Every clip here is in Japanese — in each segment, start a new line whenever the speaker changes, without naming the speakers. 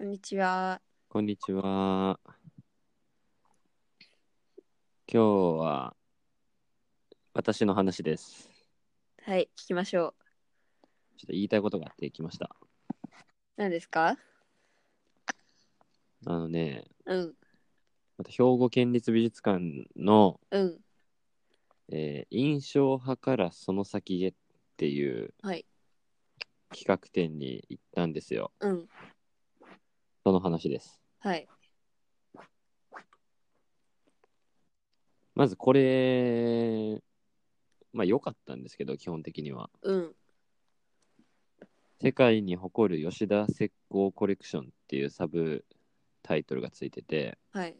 にちは。
こんにちは。今日は私の話です。
はい、聞きましょう。
ちょっと言いたいことがあってきました。
何ですか
あのね、
うん、
また兵庫県立美術館の、
うん、
えー印象派からその先へっていう
はい
企画展に行ったんですよ。
うん、
その話です。
はい。
まずこれ、まあ良かったんですけど、基本的には。
うん、
世界に誇る吉田石膏コレクションっていうサブタイトルがついてて、
はい。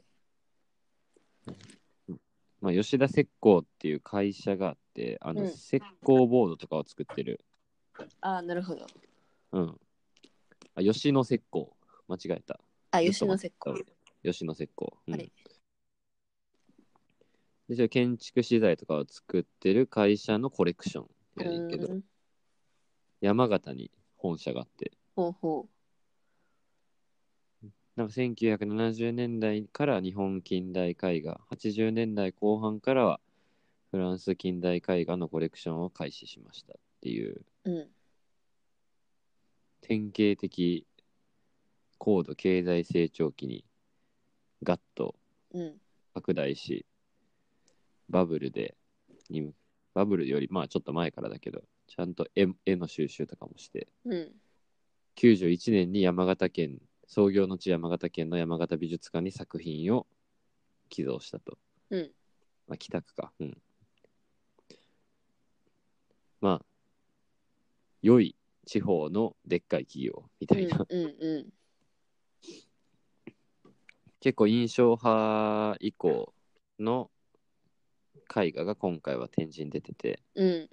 まあ、吉田石膏っていう会社があってあの、
うん
石膏ボードとかを作ってる、
あー、なるほど。
うん、あ吉野石膏間違えた
あ、
ちょっ
吉
と
野
待
石膏。
吉野石膏、うん
はい
でそれ建築資材とかを作ってる会社のコレクションやねんけど、
うん
山形に本社があって
ほうほ
なんか1970年代から日本近代絵画、80年代後半からはフランス近代絵画のコレクションを開始しましたっていう
う。うん、
典型的高度経済成長期にガッと
うん、
拡大し、バブルで、にバブルよりまあちょっと前からだけど、ちゃんと絵絵の収集とかもして、
うん、
91年に山形県、創業の地山形県の山形美術館に作品を寄贈したと。
うん、
まあ、北区か。うん。まあ、良い地方のでっかい企業み
う
た
ん、
いな。
うん、
結構印象派以降の絵画が今回は展示に出てて、
うん、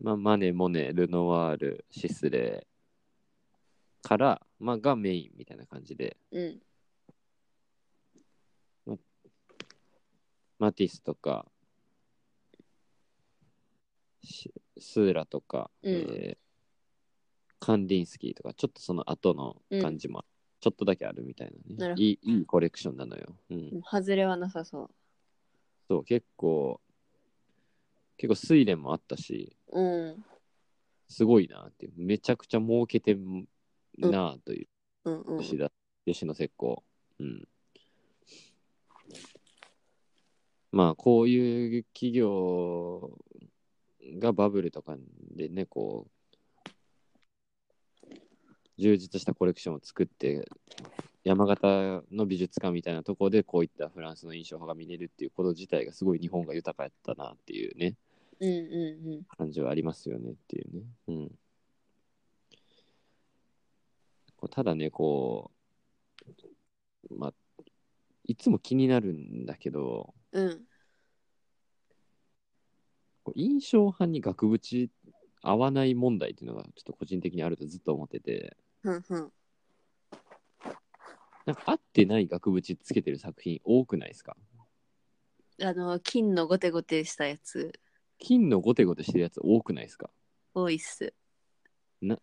まあ、マネ、モネ、ルノワール、シスレーから、まあ、がメインみたいな感じで、
うん、
マティスとか、しスーラとか、
うん
えーカンディンスキーとか、ちょっとその後の感じも、ちょっとだけあるみたい
な
な
る
ね。
ほど
いいいいコレクションなのよ。うん
うん。外れはなさそ
そう、結構、結構睡蓮もあったし、
う。うん、
すごいなっていう、めちゃくちゃ儲けてんなあという、
うん、うん。
吉田、吉野石膏。うん。まあ、こういう企業がバブルとかでね、こう、充実したコレクションを作って、山形の美術館みたいなところでこういったフランスの印象派が見れるっていうこと自体がすごい日本が豊かやったなっていうね。
うん、うん、うん。
感じはありますよねっていうね。うん、こうただね、こう、まあ、いつも気になるんだけど、
うん、
こう印象派に額縁合わない問題っていうのがちょっと個人的にあるとずっと思ってて、
ふんふん。
なんか合ってない額縁つけてる作品多くないですか
あの、金のゴテゴテしたやつ、
金のゴテゴテしてるやつ多くないですか
多いっす。
な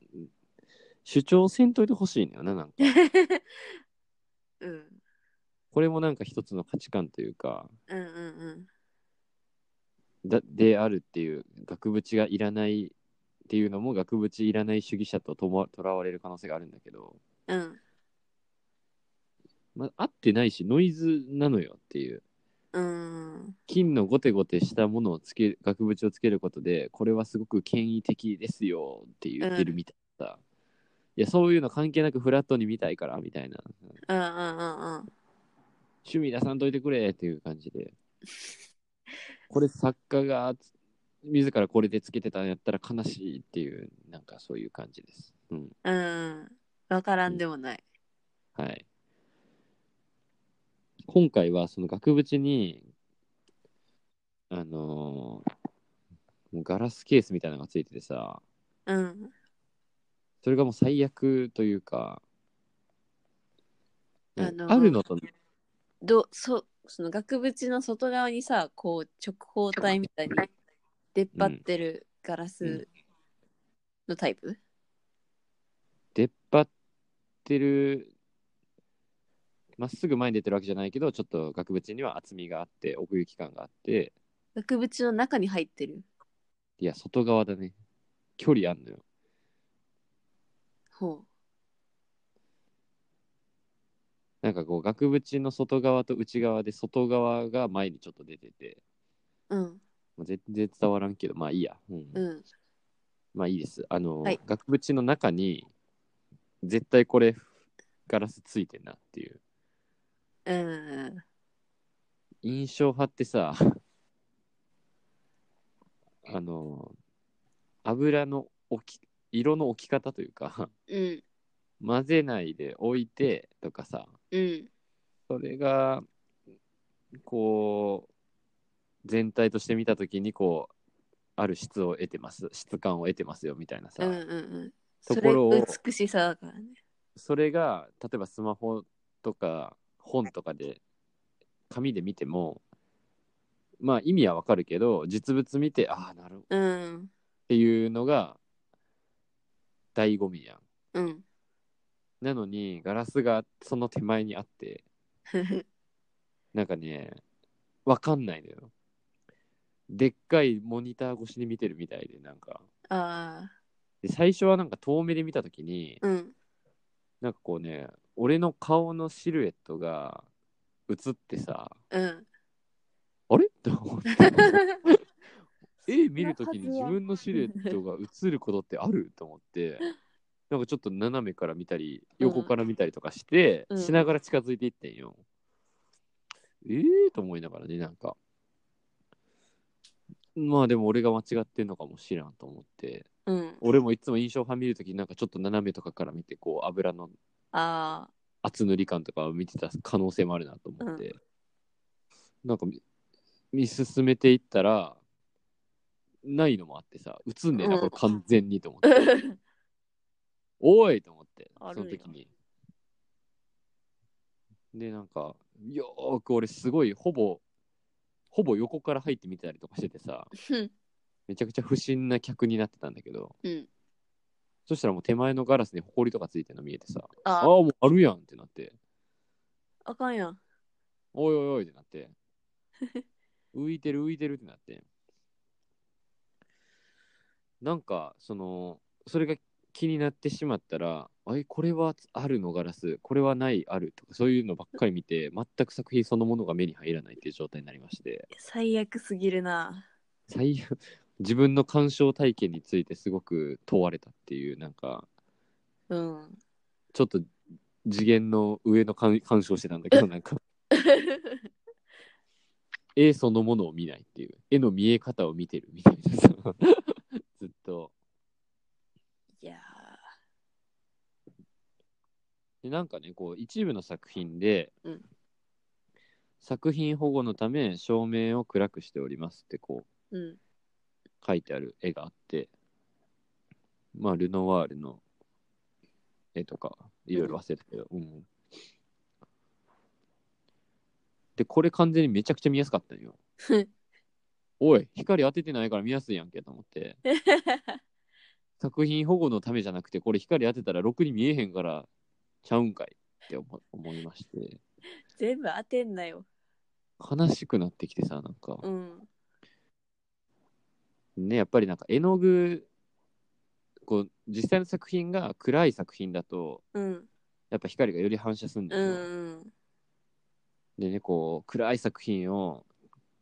主張せんといてほしいのよな、なんか。
うん、
これもなんか一つの価値観というか、
うん、うん、うん。
だであるっていう額縁がいらないっていうのも額縁いらない主義者とともとらわれる可能性があるんだけど、
うん、
まあ、合ってないしノイズなのよっていう
うん、
金のゴテゴテしたものをつける額縁をつけることでこれはすごく権威的ですよって言ってるみたいなさ、いやそういうの関係なくフラットに見たいからみたいな
うん、うん、うん、うん。
趣味出さんといてくれっていう感じでこれ作家がつ自らこれでつけてたんやったら悲しいっていうなんかそういう感じです。うん
うん。わからんでもない。
はい、今回はその額縁にあのーガラスケースみたいなのがついててさ
うん。
それがもう最悪というか、
あのー
あるのと
ど、そ、その額縁の外側にさ、こう直方体みたいに出っ張ってるガラスのタイプ
出っ張っってる、まっすぐ前に出てるわけじゃないけど、ちょっと額縁には厚みがあって、奥行き感があって、
額縁の中に入ってる。
いや、外側だね。距離あんのよ。
ほ
なんかこう、額縁の外側と内側で、外側が前にちょっと出てて、
う。うん。
もう全然伝わらんけど、まあいいや。うん
うん。
まあいいです。あの、
はい
額縁の中に、絶対これ、ガラスついてんなっていう。
うん。
印象派ってさ、 あの、油の置き、色の置き方というか、
うん。
混ぜないで置いてとかさ、
うん。
それが、こう、全体として見たときに、こう、ある質を得てます、質感を得てますよみたいなさ、
うん。うん。そ
と
れ
ころを
美しさだからね。
それが例えばスマホとか本とかで紙で見てもまあ意味はわかるけど実物見てああなるっ
うん。
ていうのが醍醐味やん
うん。
なのにガラスがその手前にあってなんかねわかんないのよでっかいモニター越しに見てるみたいでなんか
あ
で最初はなんか遠目で見た時に
あ。うん。
なんかこうね俺の顔のシルエットが映ってさ
うん。
あれ と思って 絵見るときに自分のシルエットが映ることってある と思ってなんかちょっと斜めから見たり
うん
横から見たりとかして、
うん
しながら近づいていってんよ。ええー、と思いながらねなんかまあでも俺が間違ってんのかもしらんと思って
うん。
俺もいつも印象派見るときなんかちょっと斜めとかから見てこう油の
ああ。
厚塗り感とかを見てた可能性もあるなと思って、なんかみ見進めていったらないのもあってさ映んねえな、
うん
これ完全にと思 っておいと思って
あ
そ
るん
の
や
時にでなんかよーく俺すごいほぼほぼ横から入って見てたりとかしててさめちゃくちゃ不審な客になってたんだけど
うん。
そしたらもう手前のガラスにホコリとかついてるの見えてさああ
あ
ーもうあるやんってなって
あ。あかんやん。
おいおいおいってなって、浮いてる浮いてるってなって、なんか、その、それが気になってしまったら、あれ、これはあるのガラス、これはないあるとか、そういうのばっかり見て、全く作品そのものが目に入らないっていう状態になりまして、
最悪すぎるな。
最悪、自分の鑑賞体験についてすごく問われたっていう、なんか、
うん。
ちょっと次元の上の鑑鑑賞してたんだけど、なんか、絵そのものを見ないっていう絵の見え方を見てるみたいなさ ずっと
いや
でなんかねこう一部の作品で、
うん
作品保護のため照明を暗くしておりますってこう
ー。うん。
書いてある絵があってまあルノワールの絵とかいろいろ忘れたけど、うんでこれ完全にめちゃくちゃ見やすかったんよおい光当ててないから見やすいやんけと思って作品保護のためじゃなくてこれ光当てたらろくに見えへんからちゃうんかいって思思いまして
全部当てんなよ。
悲しくなってきてさなんか
うん。
ねやっぱりなんか絵の具こう実際の作品が暗い作品だと
うん。
やっぱ光がより反射するんだ
う
よ、
ん。
でねこう暗い作品を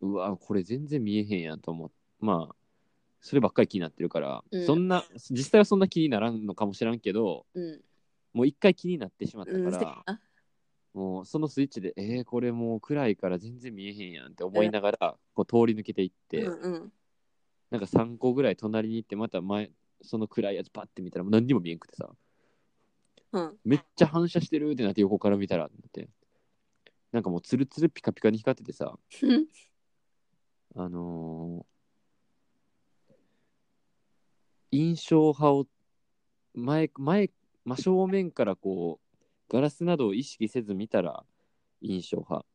うわこれ全然見えへんやんと思ってまあそればっかり気になってるから、
うん
そんな実際はそんな気にならんのかもしらんけど
うん。
もう一回気になってしまったか
うん。
ら、
あ
もうそのスイッチで、えー、これもう暗いから全然見えへんやんって思いながら、こう通り抜けていって、
うんうん。
なんか3個ぐらい隣に行って、また前、その暗いやつパッて見たら、もう何にも見えんくてさ、
うん。
めっちゃ反射してるってなって横から見たらって、なんかもうツルツルピカピカに光っててさ、 あのー印象派を前、前、真正面からこう、ガラスなどを意識せず見たら印象派。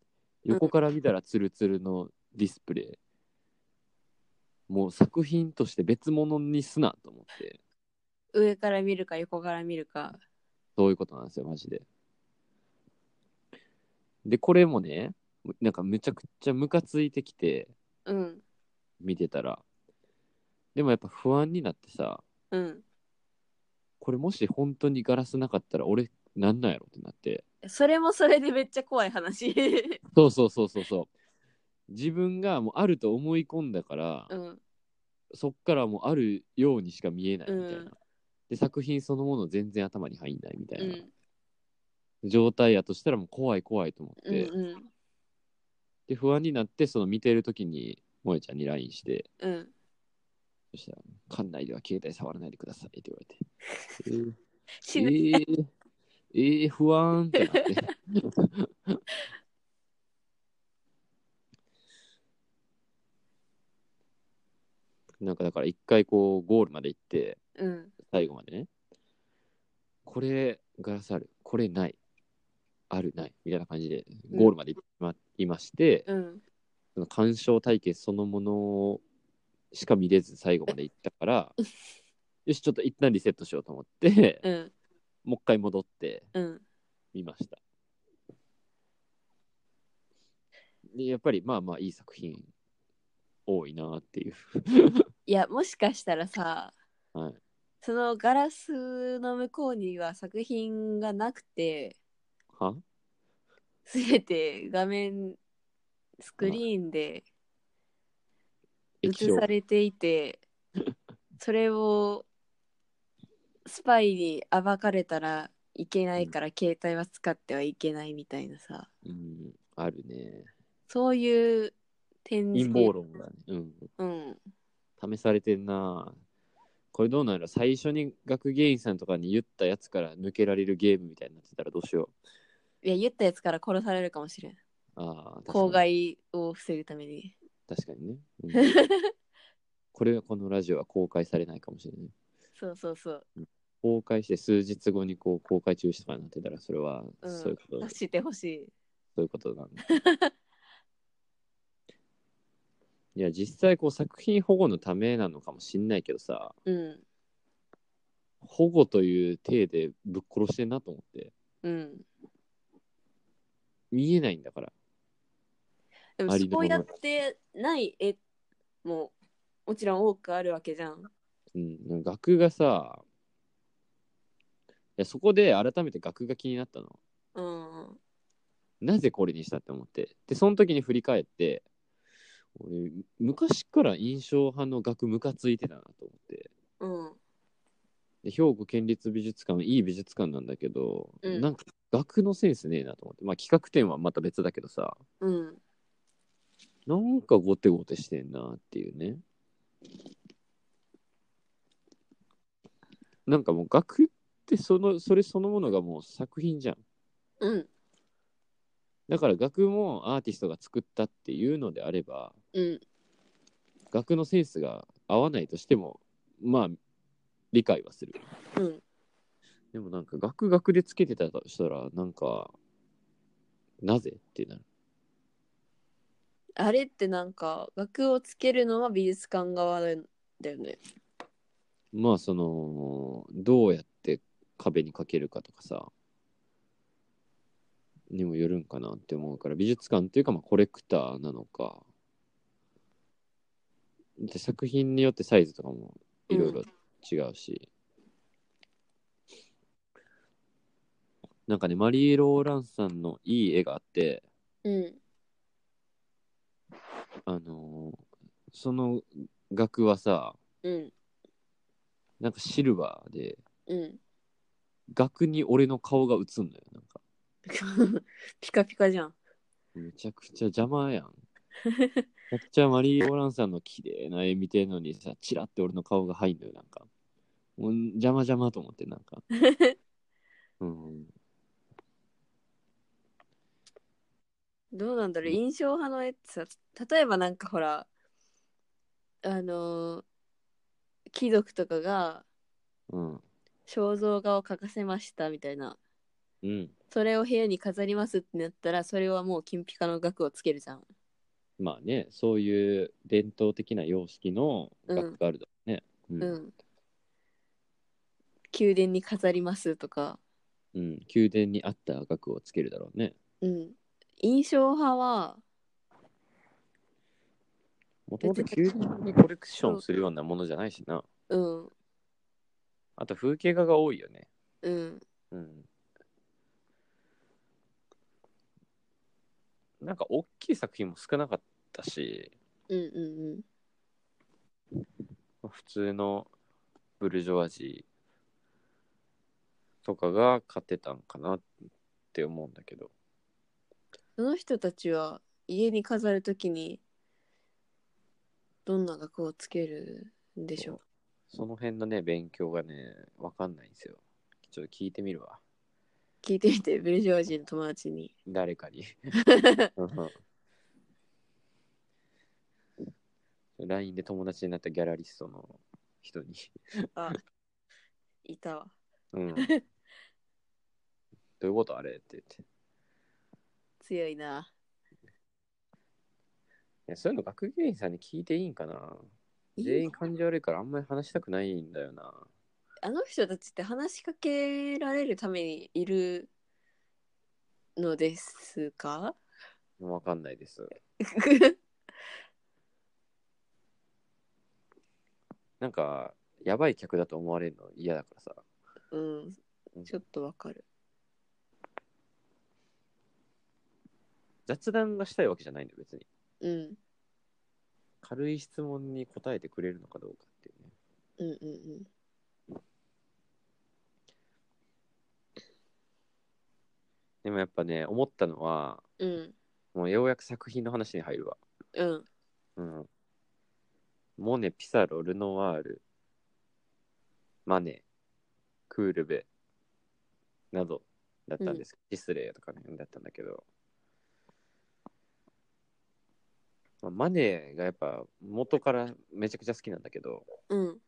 横から見たらツルツルのディスプレイ。もう作品として別物にすなと思って。
上から見るか横から見るか。
そういうことなんですよ、マジで。で、これもね、なんかめちゃくちゃムカついてきて、
うん。
見てたら。でもやっぱ不安になってさ、
うん。
これもし本当にガラスなかったら俺なんなんやろってなって。
それもそれでめっちゃ怖い話。
そうそうそうそうそう。自分がもうあると思い込んだから、
うん。
そっからもうあるようにしか見えないみたいな。
うん
で、作品そのもの全然頭に入んないみた
う。
いなん状態やとしたらもう怖い怖いと思っ
うん
て。
うん。
で、不安になって、その見てる時に、萌えちゃんに LINE して、
うん。
そしたら、館内では携帯触らないでくださいって言われて。え ー
死ぬ。
えー、えー、不安ってなって。 なんかだから一回こうゴールまで行って
うん。
最後までねこれガラスあるこれないあるないみたいな感じで
うん
ゴールまで行ってまいまして、
うん。
その鑑賞体系そのものしか見れず最後まで行った からよしちょっと一旦リセットしようと思って、
うん。
もう一回戻って
うん。
見ました。でやっぱりまあまあいい作品多いなっていう。
いや、もしかしたらさ、
はい、
そのガラスの向こうには作品がなくて、
は
すべて画面、スクリーンで
液
映
晶
されてい て、それをスパイに暴かれたらいけないから、携帯は使ってはいけないみたいなさ、
うん、あるね。
そういう展示。
陰謀論がね、う
うん。
ん、試されてんな。これどうなる最初に学芸員さんとかに言ったやつから抜けられるゲームみたいになってたらどうしよ
いや、言ったやつから殺されるかもしれん。
う。ああ、確かに
公害を防ぐために。
確かにね。 うんこれはこのラジオは公開されないかもしれない。
そうそうそう。
公開して数日後にこう公開中止とかになってたらそれは
うん
そういうこと、そう
してほしい。
いうことなんだいや実際こう作品保護のためなのかもしんないけどさ
うん。
保護という体でぶっ殺してんなと思って
うん。
見えないんだから
でも
ありのま
そう
ま
やってない絵ももちろん多くあるわけじゃん。
うん額がさいやそこで改めて額が気になったの
うん。
なぜこれにしたって思ってでその時に振り返って俺昔から印象派の額ムカついてたなと思って
うん。
で兵庫県立美術館いい美術館なんだけど、
うん
なんか額のセンスねえなと思ってまあ企画展はまた別だけどさ
うん。
なんかゴテゴテしてんなっていうねなんかもう額ってそのそれそのものがもう作品じゃん
うん。
だから額もアーティストが作ったっていうのであれば
うん。
額のセンスが合わないとしてもまあ理解はする
うん。
でもなんか、ガクガクでつけてたとしたら、なんか、なぜってなる。
あれってなんか、額をつけるのは美術館側だよね。
まあ、その、どうやって壁にかけるかとかさ、にもよるんかなって思うから、美術館っていうか、まあ、コレクターなのか、で作品によってサイズとかもいろいろ違うし、なんかね、マリー・ローランさんのいい絵があって、
うん。
あのーその額はさ
うん。
なんかシルバーで
うん。
額に俺の顔が映んのよなんか
ピカピカじゃん。
めちゃくちゃ邪魔やんめちゃくちゃマリー・オランさんの綺麗な絵見てるのにさチラって俺の顔が入んのよなんかもう邪魔邪魔と思ってなん かうん
どうなんだろう印象派の絵ってさ例えばなんかほらあのー貴族とかが
うん
肖像画を描かせましたみたいな
うん
それを部屋に飾りますってなったらそれはもう金ピカの額をつけるじゃん
まあねそういう伝統的な様式の
う
額
ん
があるだろうね
うん宮殿に飾りますとか
ううん、宮殿に合った額をつけるだろうね。
うん。印象派は、
もともと宮殿にコレクションするようなものじゃないしな。
うん、
あと風景画が多いよね。
うん、
うん。なんか大きい作品も少なかったし、
うん、うん、
普通のブルジョワジーとかが勝てたんかなって思うんだけど。
その人たちは家に飾るときに、どんな額をつけるんでしょ
その辺のね、勉強がね、わかんないんですよ。ちょっと聞いてみる
う。
わ。
聞いてみて、ブルジョワ人の友達に。
誰か に。LINE で友達になったギャラリストの人に。
あ、いたわ。
うん。どういうことあれって言って。い
強いな。
やそういうの学芸員さんに聞いていいんかない
い
全員感じ悪いからあんまり話したくないんだよな。
あの人たちって話しかけられるためにいるのですか
わかんないです。なんか、やばい客だと思われるの嫌だからさ。
うん、ちょっとわかる。
雑談がしたいわけじゃないんだよ、別に。
うん、
軽い質問に答えてくれるのかどうかっていうね。
うん、うん、うん。
でもやっぱね、思ったのは、
うん、
もうようやく作品の話に入るわ。
うん、
うん。モネ、ピサロ、ルノワール、マネ、クールベ、などだったんです。ディスレイとかね、だったんだけど。まあマネがやっぱ元からめちゃくちゃ好きなんだけど、
うん、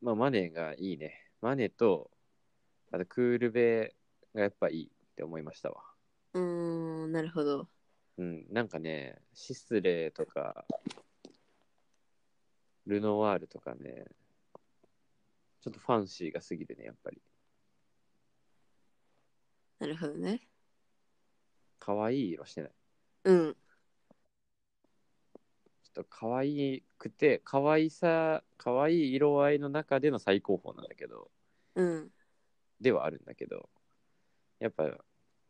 まあ、マネがいいね。マネと、あとクールベがやっぱいいって思いましたわ。
うーん、なるほど。
うん、なんかね、シスレとか、ルノワールとかね、ちょっとファンシーが過ぎるね、やっぱり。
なるほどね。
可愛い色してない。
うん、
ちょっと可愛くて、可愛さ、可愛い色合いの中での最高峰なんだけど、
うん、
ではあるんだけど、やっぱ、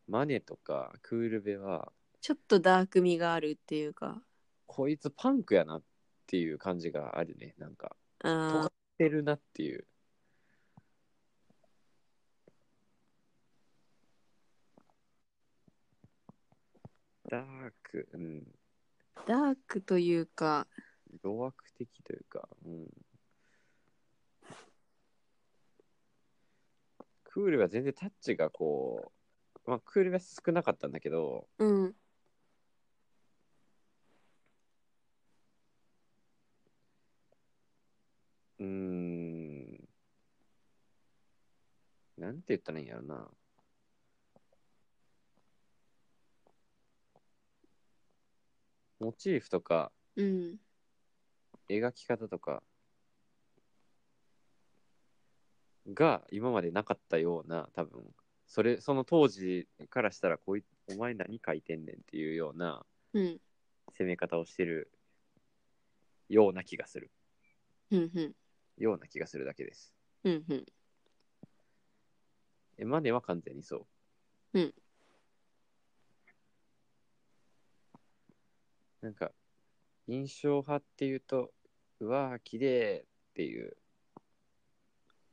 マネとかクールベは、
ちょっとダーク味があるっていうか。
こいつパンクやなっていう感じがあるね、なんか。尖
あ
っ
あ、
てるなっていう。ダーク、うん、
ダークというか、
弱悪的というか、うん。クールは全然タッチがこう、まあ、クールは少なかったんだけど、
うん、
うーん。なんて言ったらいいんやろな。モチーフとか
うん、
描き方とかが今までなかったような多分それその当時からしたらこいお前何書いてんねんっていうような
うん、
攻め方をしてるような気がする
うん、うん、
ような気がするだけです
うん、うん。
え、マネは完全にそ
う
う。
ん。
なんか、印象派っていうと、うわー、綺麗っていう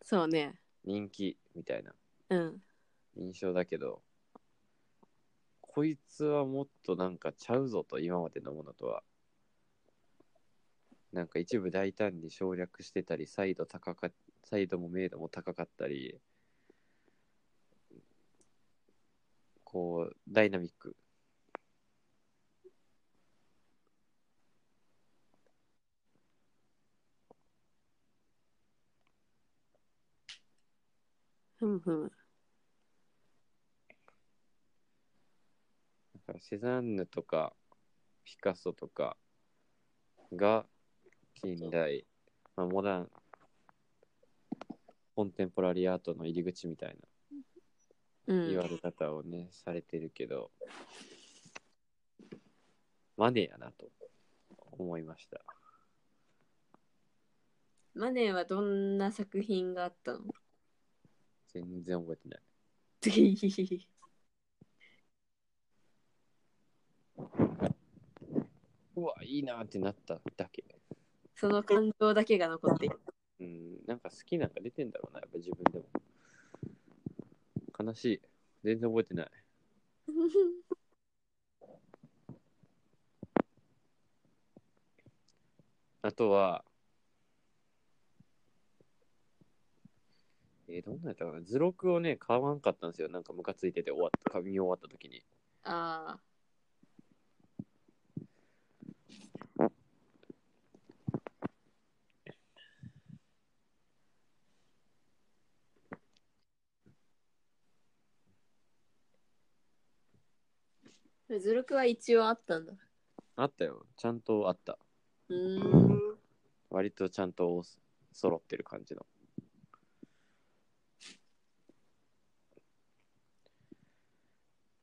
そうね。
人気みたいな
うん、
印象だけど、こいつはもっとなんかちゃうぞと、今までのものとは。なんか一部大胆に省略してたり、再度高か、再度も明度も高かったり、こう、ダイナミック。
ふんふん。
だからセザンヌとかピカソとかが近代、まあ、モダンコンテンポラリーアートの入り口みたいな
う
言わ
ん。
れ方をね、されてるけど、マネーやなと思いました。
マネーはどんな作品があったの
全然覚えてない。うわ、いいなってなっただけ。
その感情だけが残っている。
うん、なんか好きなんか出てんだろうな、やっぱ自分でも。悲しい。全然覚えてない。あとは、えーどんなやったかな図録をね、買わんかったんですよ。なんかムカついてて終わった、紙終わった時に。
ああ。ズルクは一応あったんだ。
あったよ。ちゃんとあった。
うーん。
割とちゃんと揃ってる感じの。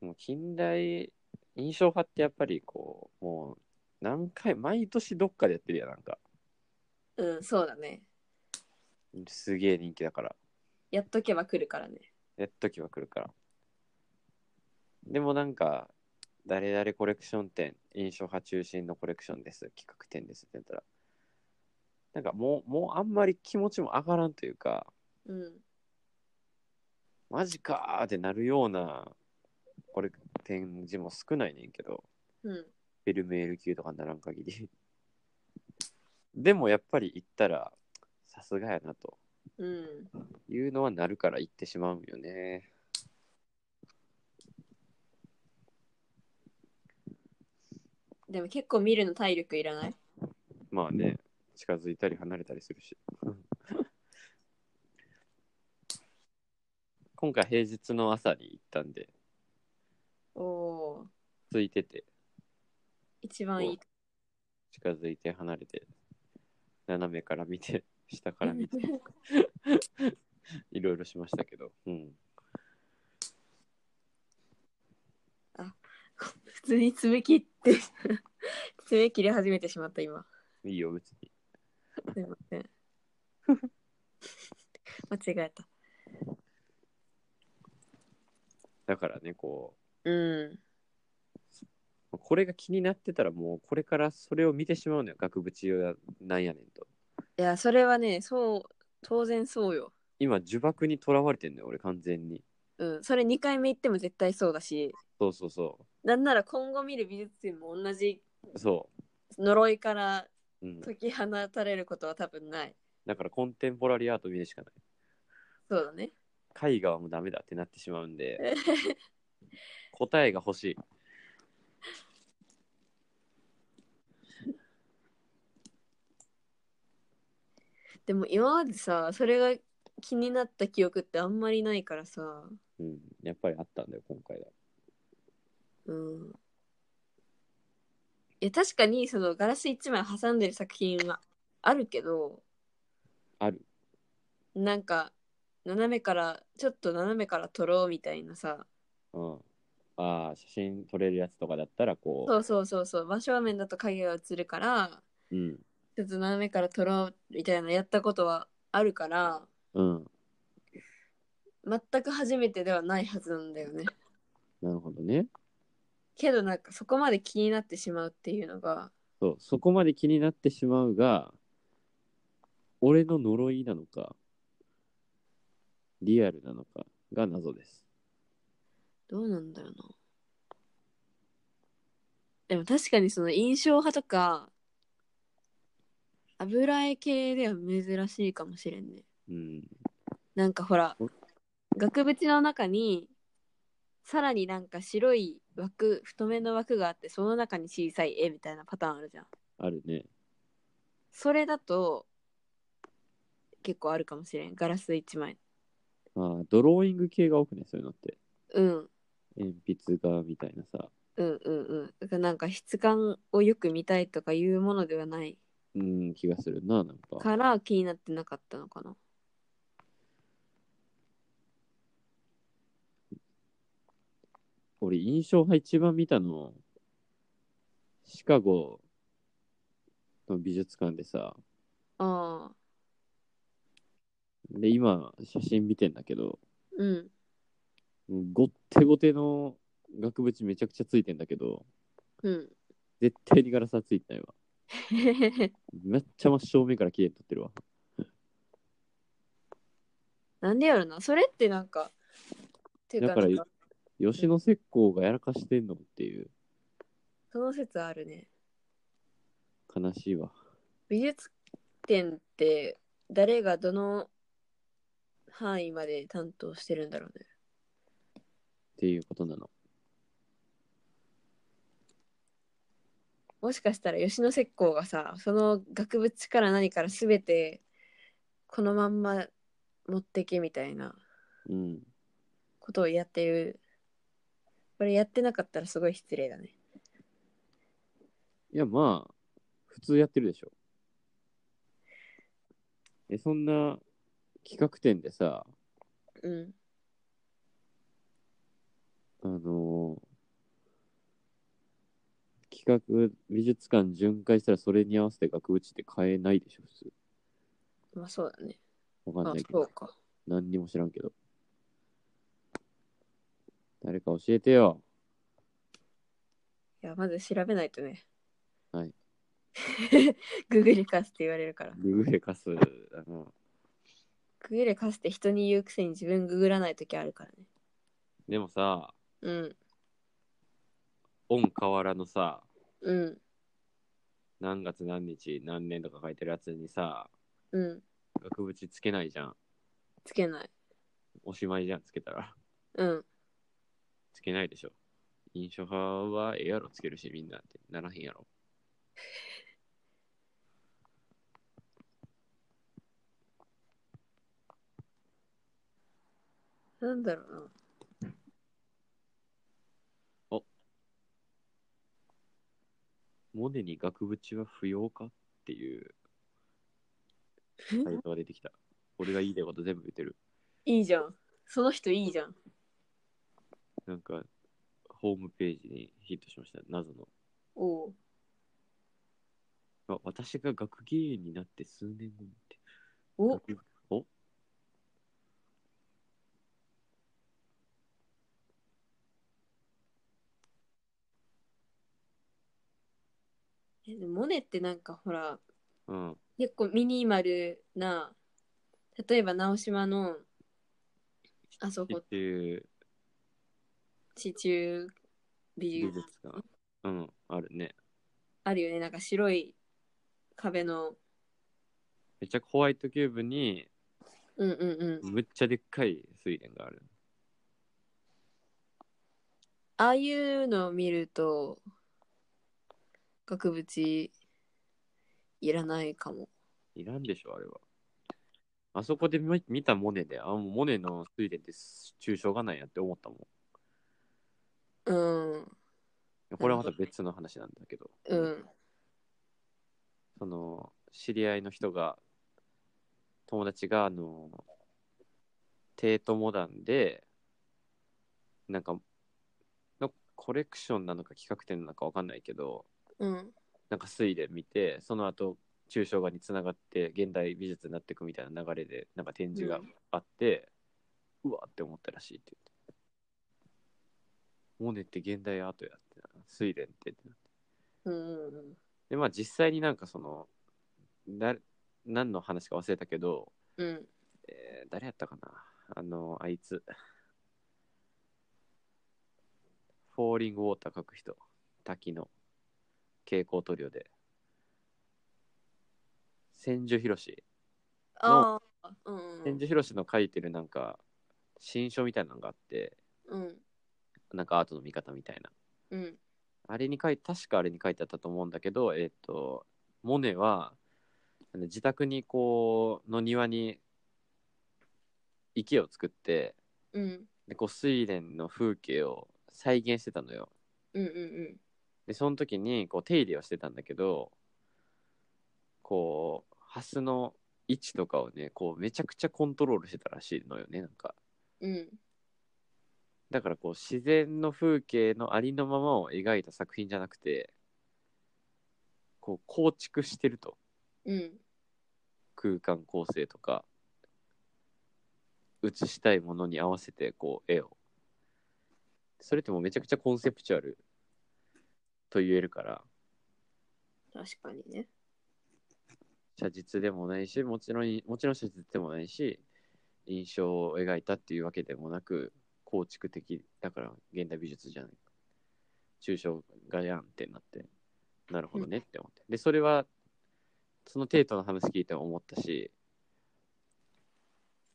もう近代印象派ってやっぱりこうもう何回毎年どっかでやってるやんなんか
うん、そうだね。
すげえ人気だから
やっとけば来るからね。
やっときは来るからでもなんか誰々コレクション展印象派中心のコレクションです企画展ですって言ったらなんかもうもうあんまり気持ちも上がらんというか
うん。
マジかーってなるようなこれ展示も少ないねんけど
うん。
フェルメール級とかにならん限り でもやっぱり行ったらさすがやなと
うん。
いうのはなるから行ってしまうんよね
でも結構見るの体力いらない
まあね近づいたり離れたりするし 今回平日の朝に行ったんで
おおー。
空いてて
一番いい。
近づいて離れて斜めから見て下から見ていろいろしましたけどうん
普通に爪切って 爪切り始めてしまった今
いいよ別に
すいません 間違えた
だからねこ
うん
うこれが気になってたらもうこれからそれを見てしまうのよ額縁はなんやねんと
いやそれはねそう当然そうよ
今呪縛にとらわれてんのよ俺完全に
うんそれ2回目行っても絶対そうだし
そうそうそ
なんなら今後見る美術展も同じ
うそ
呪いから
う、うん、
解き放たれることは多分ない
だからコンテンポラリーアート見るしか
そうだね
ない絵画はもうダメだってなってしまうんで答えが欲しい
でも今までさそれが気になった記憶ってあんまりないからさ
うん、やっぱりあったんだよ、今回だ。
うんいや確かにそのガラス一枚挟んでる作品はあるけど
ある。
なんか斜めからちょっと斜めから撮ろうみたいなさ
うん。ああ、写真撮れるやつとかだったら、こう。
そうそうそうそう真正面だと影が映るから
うん。
ちょっと斜めから撮ろうみたいなやったことはあるから
うん。
全く初めてではないはずなんだよね
なるほどね。
けどなんかそこまで気になってしまうっていうのが
そう、そこまで気になってしまうが、俺の呪いなのか、リアルなのかが謎です。
どうなんだろうなでも確かにその印象派とか油絵系では珍しいかもしれんね
うん。
なんかほら
お
額縁の中にさらになんか白い枠太めの枠があってその中に小さい絵みたいなパターンあるじゃん
あるね。
それだと結構あるかもしれんガラス一枚
ああ、ドローイング系が多くね、そういうのって。
うん
鉛筆画みたいなさ。
うんうんうんだからなんか質感をよく見たいとかいうものではない
うん、気がするな、なんか。
から気になってなかったのかな。
俺印象派一番見たの、シカゴの美術館でさ、
ああ、
で、今、写真見てんだけど、
うん。
もうごってごての額縁めちゃくちゃついてんだけど、
うん。
絶対にガラスはついてないわ。めっちゃ真正面から綺麗に撮ってるわ。
なんでやろな。それってなんか、ていうか
だから
なんか
吉野石膏がやらかしてんのっていう、
その説あるね。
悲しいわ。
美術展って誰がどの範囲まで担当してるんだろうね。
っていうことなの。
もしかしたら吉野石膏がさその額縁から何から全てこのまんま持ってけみたいな
うん。
ことをやってるこれやってなかったらすごい失礼だね
いや、まあ、普通やってるでしょ。え、そんな企画展でさ、
うん
あのー企画、美術館巡回したらそれに合わせて額縁って買えないでしょ、普通。
まあそうだね
わかん
あ
ないけ
そ
ど
う。か
何にも知らんけど。誰か教えてよ。
いやまず調べないとね
はい
ググレカスって言われるから
ググレカス、あの、
ググレカスって人に言うくせに自分ググらない時あるからね
でもさ、
うん
恩河原のさ、
うん
何月何日何年とか書いてるやつにさ、
うん
額縁つけないじゃん。
つけない
おしまいじゃん、つけたら。
うん
つけないでしょ。印象派はええやろ、つけるし、みんなって。ならへんやろ。
なんだろうな
モネに額縁は不要かっていうサイトが出てきた。俺が言いたいこと全部言ってる。
いいじゃんその人いいじゃん
なんか、ホームページにヒットしました。謎の。
おう
あ私が学芸員になって数年後にって。
お
お
えでもモネってなんかほら
うん。
結構ミニマルな例えば直島のあそこ
っていう
地中美
美
術
術館。うん、あるね。
あるよねなんか白い壁の
めっちゃホワイトキューブに
うんうんうん
むっちゃでっかい水蓮がある。
ああいうのを見ると額縁いらないかも
いらんでしょ、あれは。あそこで見見たモネで、あ、もうモネの水蓮って抽象画なんやって思ったもんい
うん
や。これはまた別の話なんだけど。
うん
その知り合いの人が友達があのテートモダンでなんかのコレクションなのか企画展なのかわかんないけど
うん
なんか推で見てその後抽象画につながって現代美術になっていくみたいな流れでなんか展示があって、うわって思ったらしいって言ってモネって現代アートやってな水蓮ってってな
うんうんうん
でまあ実際になんかそのだ何の話か忘れたけど、
うん
えー誰やったかなあのあいつフォーリングウォーター書く人滝の蛍光塗料で千住博士
ああうんう
千
ん
住博士の書いてるなんか新書みたいなのがあって
うん
なんかアートの見方みたいな
うん
あれに書い確かあれに書いてあったと思うんだけど、えっ、と、モネは、あの自宅にこう、の庭に池を作って、
うん
で、こう、睡蓮の風景を再現してたのよ。
うんうん
で、その時に、こう、手入れをしてたんだけど、こう、蓮の位置とかをね、こう、めちゃくちゃコントロールしてたらしいのよね、なんか。
うん
だからこう自然の風景のありのままを描いた作品じゃなくてこう構築してると
うん
空間構成とか映したいものに合わせてこう絵をそれってもうめちゃくちゃコンセプチュアルと言えるから
確かにね
写実でもないしもちろんもちろん写実でもないし印象を描いたっていうわけでもなく構築的だから現代美術じゃない抽象画やんってなってなるほどねって思って、でそれはその程度の話聞いても思ったし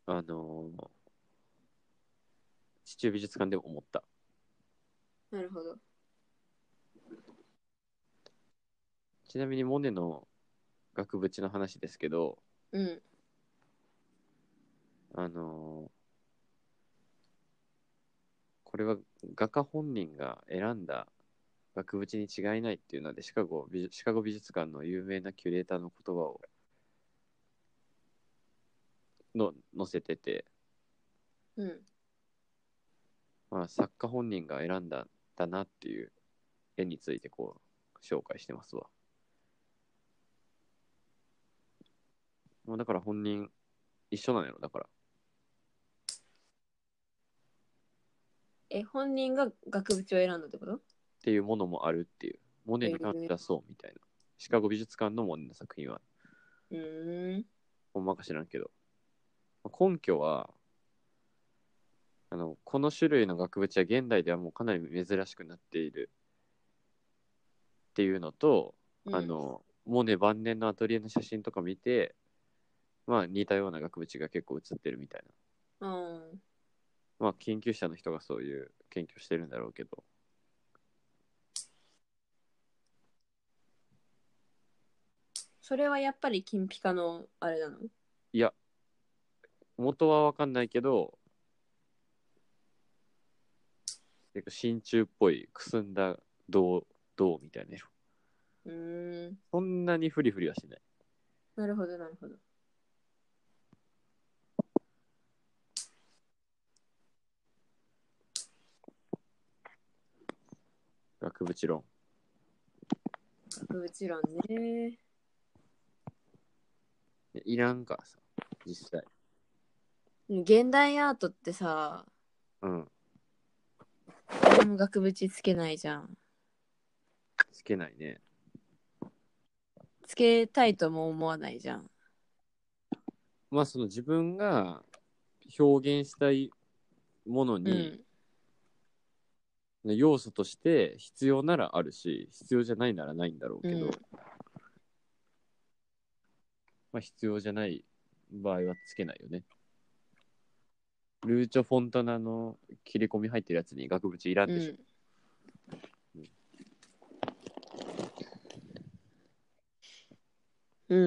あのー地中美術館でも思った
なるほど
ちなみにモネの額縁の話ですけど、
うん
あのーこれは画家本人が選んだ額縁に違いないっていうのでシカゴ美術シカゴ美術館の有名なキュレーターの言葉をの載せてて、
うん
まあ、作家本人が選んだんだなっていう絵についてこう紹介してますわ。もうだから本人一緒なんやろだから
え本人が額縁を選んだってこと
っていうものもあるっていう。モネに関してはそうみたいな。シカゴ美術館のモネの作品は、
うーん
ほんまか知らんけど。まあ根拠は、あの、この種類の額縁は現代ではもうかなり珍しくなっているっていうのと、
うん
あの、モネ晩年のアトリエの写真とか見て、まあ似たような額縁が結構写ってるみたいな。
うん
まあ研究者の人がそういう研究してるんだろうけど。
それはやっぱり金ピカのあれなの
いや、元はわかんないけど、結構真鍮っぽいくすんだ銅、銅みたいな色。
うーん
そんなにフリフリはしない。
なるほどなるほど
額縁論。
額縁欄ね
いらんからさ、実際。
現代アートってさ
うん。
誰も額縁つけないじゃん
つけないね。
つけたいとも思わないじゃん
まあ、その自分が表現したいもの
う
に、
ん
要素として必要ならあるし、必要じゃないならないんだろうけど、
うん
まあ、必要じゃない場合はつけないよね。ルーチョ・フォンタナの切れ込み入ってるやつに額縁いらん
う
でしょ。
んうー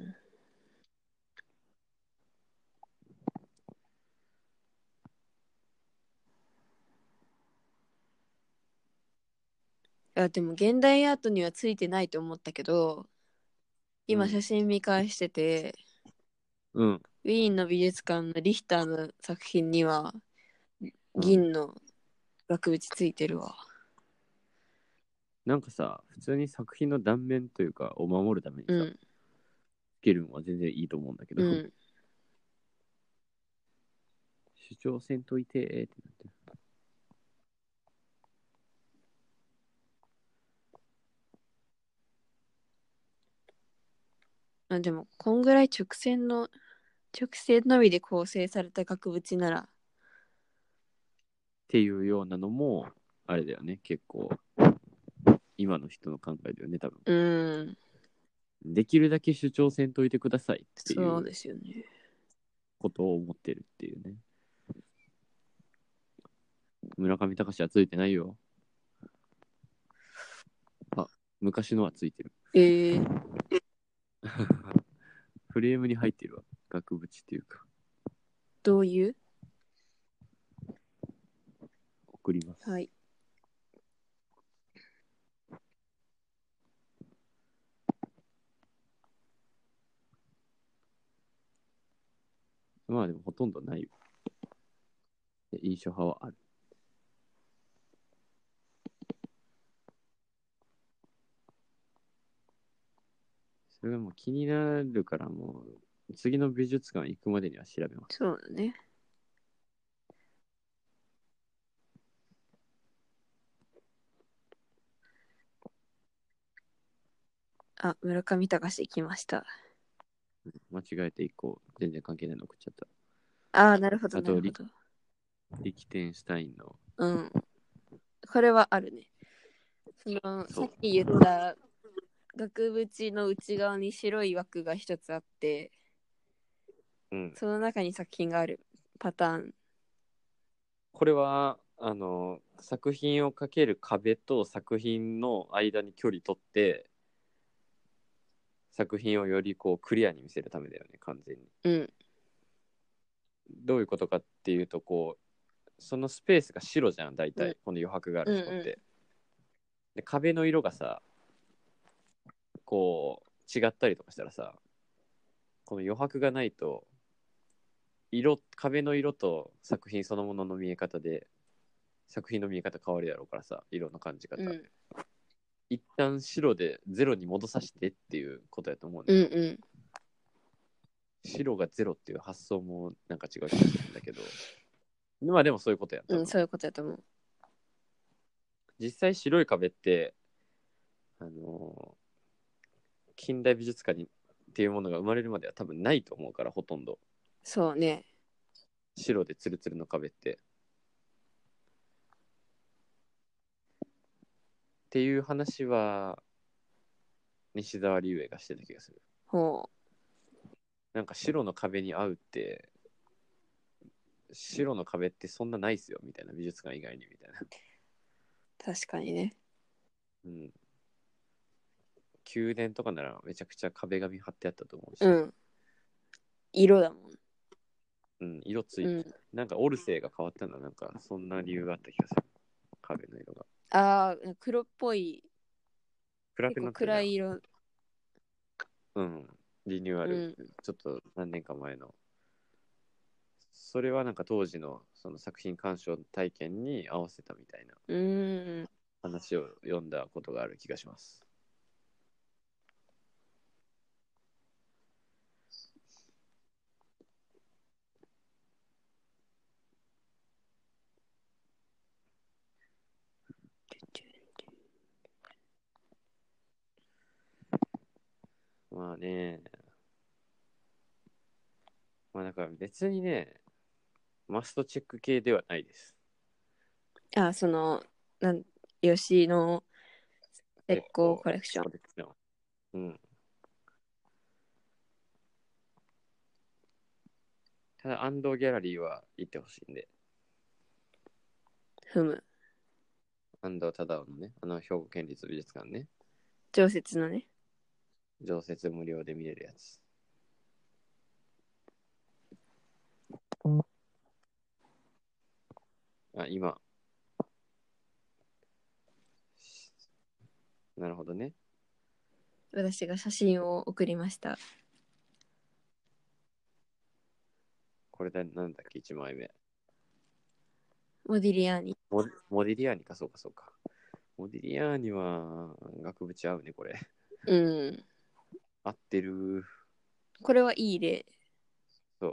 んいやでも現代アートにはついてないと思ったけど
う
今
ん
写真見返してて、
うん。
ウィーンの美術館のリヒターの作品には
うん
銀の額縁ついてるわ。
なんかさ、普通に作品の断面というか、を守るために
う
さ、
ん。
つけるのは全然いいと思うんだけど、
うん。
主張せんといてーってなってる。
あでも、こんぐらい直線の、直線のみで構成された額縁なら、
っていうようなのも、あれだよね、結構、今の人の考えだよね、多分。
うん。
できるだけ主張せんといてくださいってい
そう
う
ですよね。
ことを思ってるっていうね。村上隆はついてないよ。あ、昔のはついてる。
えー、
フレームに入ってるわ。額縁っていうか、
どういう
送ります。
はい。
まあでもほとんどないよ。で印象派はある。それがもう気になるからもう次の美術館行くまでには調べます。
そうだね。あ、村上隆来ました。
間違えて一個全然関係ないの送っちゃっ
ああ、なるほど、
あ
な
と
るほど。
た。リキテンシュタインの。
うん。これはあるね。その
そ
さ
う
っき言った額縁の内側に白い枠が一つあって、
うん、
その中に作品があるパターン。
これはあの作品をかける壁と作品の間に距離取って作品をよりこうクリアに見せるためだよね完全に。
うん。
どういうことかっていうとこうそのスペースが白じゃん大体、
うん
この余白があるとこ
う
って、
んうん
で壁の色がさこう違ったりとかしたらさこの余白がないと色壁の色と作品そのものの見え方で作品の見え方変わるやろうからさ色の感じ方、
うん。
一旦白でゼロに戻させてっていうことやと思うね、
うんうん。
白がゼロっていう発想もなんか違う気がするんだけどまあでもそういうことやん多
う
分
ん、そういうことだと思う。
実際白い壁ってあのー近代美術館にっていうものが生まれるまでは多分ないと思うからほとんど
そうね。
白でツルツルの壁って。っていう話は西澤立衛がしてた気がする。
ほ
なんか白の壁に合うって白の壁ってそんなないっすよみたいな美術館以外にみたいな。
う。確かにね。
うん宮殿とかならめちゃくちゃ壁紙貼ってあったと思うし、
うん。色だもん。
うん色ついて、
うん。
なんかオルセーが変わったのはなんかそんな理由があった気がする壁の色が
ああ、黒っぽい。
暗
結
くな
構
って
暗い色。
うんリニューアル、ちょっと何年か前のそれはなんか当時のその作品鑑賞体験に合わせたみたいな
うーん。
話を読んだことがある気がしますまあね。まあだから別にね、マストチェック系ではないです。
あ、その、なん、吉野石膏コレクション
コ。レクション。うん。ただ、安藤ギャラリーは行ってほしいんで、
ふむ。
安藤忠雄のね、あの兵庫県立美術館ね、
常設のね。
常設無料で見れるやつ。あ、今。なるほどね。
私が写真を送りました。
これでなんだっけ、1枚目。
モディリアーニ。
モモディリアーニか、そうか、そうか。モディリアーニは、額縁合うね、これ。
うん。
合ってる。
これはいい例。
そ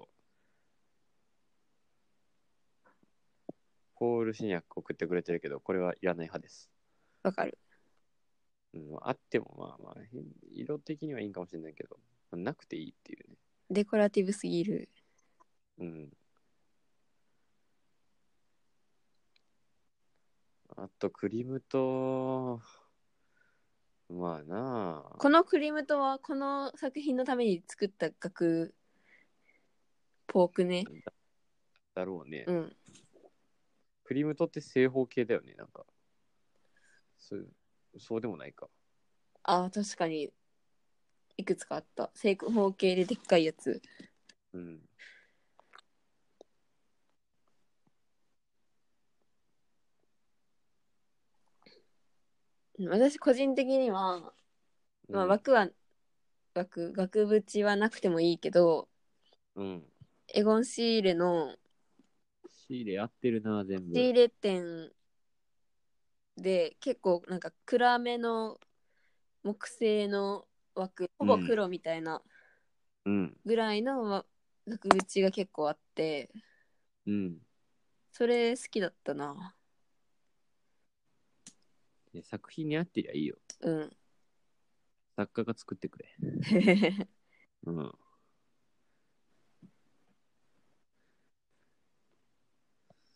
う。ポール・シニャック送ってくれてるけど、これはいらない派です。
わかる。
うん、あってもまあまあ、変色的にはいいんかもしれないけど、まあなくていいっていうね。
デコラティブすぎる。
うん。あと、クリムと、まあなあ、
このクリームとは、この作品のために作った額、ポークね。
だろうね。
うん。
クリムトって正方形だよね、なんか。そう、そうでもないか。
ああ、確かに。いくつかあった。正方形ででっかいやつ。
うん。
うん私個人的には、まあ、枠は、枠、額縁はなくてもいいけど、
うん。
エゴン・シーレの
仕入れ合ってるな、全部。
仕入れ店で結構なんか暗めの木製の枠ほぼ黒みたいな
うん。
ぐらいのわ額縁が結構あって
うん。
それ好きだったな
で作品に合ってりゃいいよ。
うん
作家が作ってくれ。うん。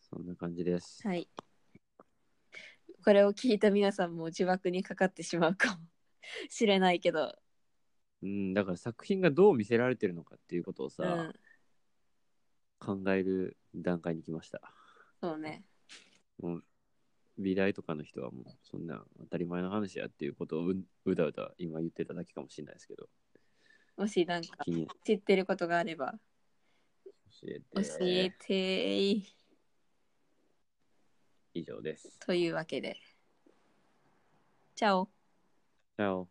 そんな感じです。
はいこれを聞いた皆さんも呪縛にかかってしまうかも しれないけど
うん、だから作品がどう見せられてるのかっていうことを
う
さ
ん、
考える段階に来ました。
そうね
美大とかの人はもうそんな当たり前の話やっていうことをううだうだ今言ってただけかもしれないですけど
もしなんか
気になって
知ってることがあれば教
教
えて
以上です。
というわけで。チャオ
チャオ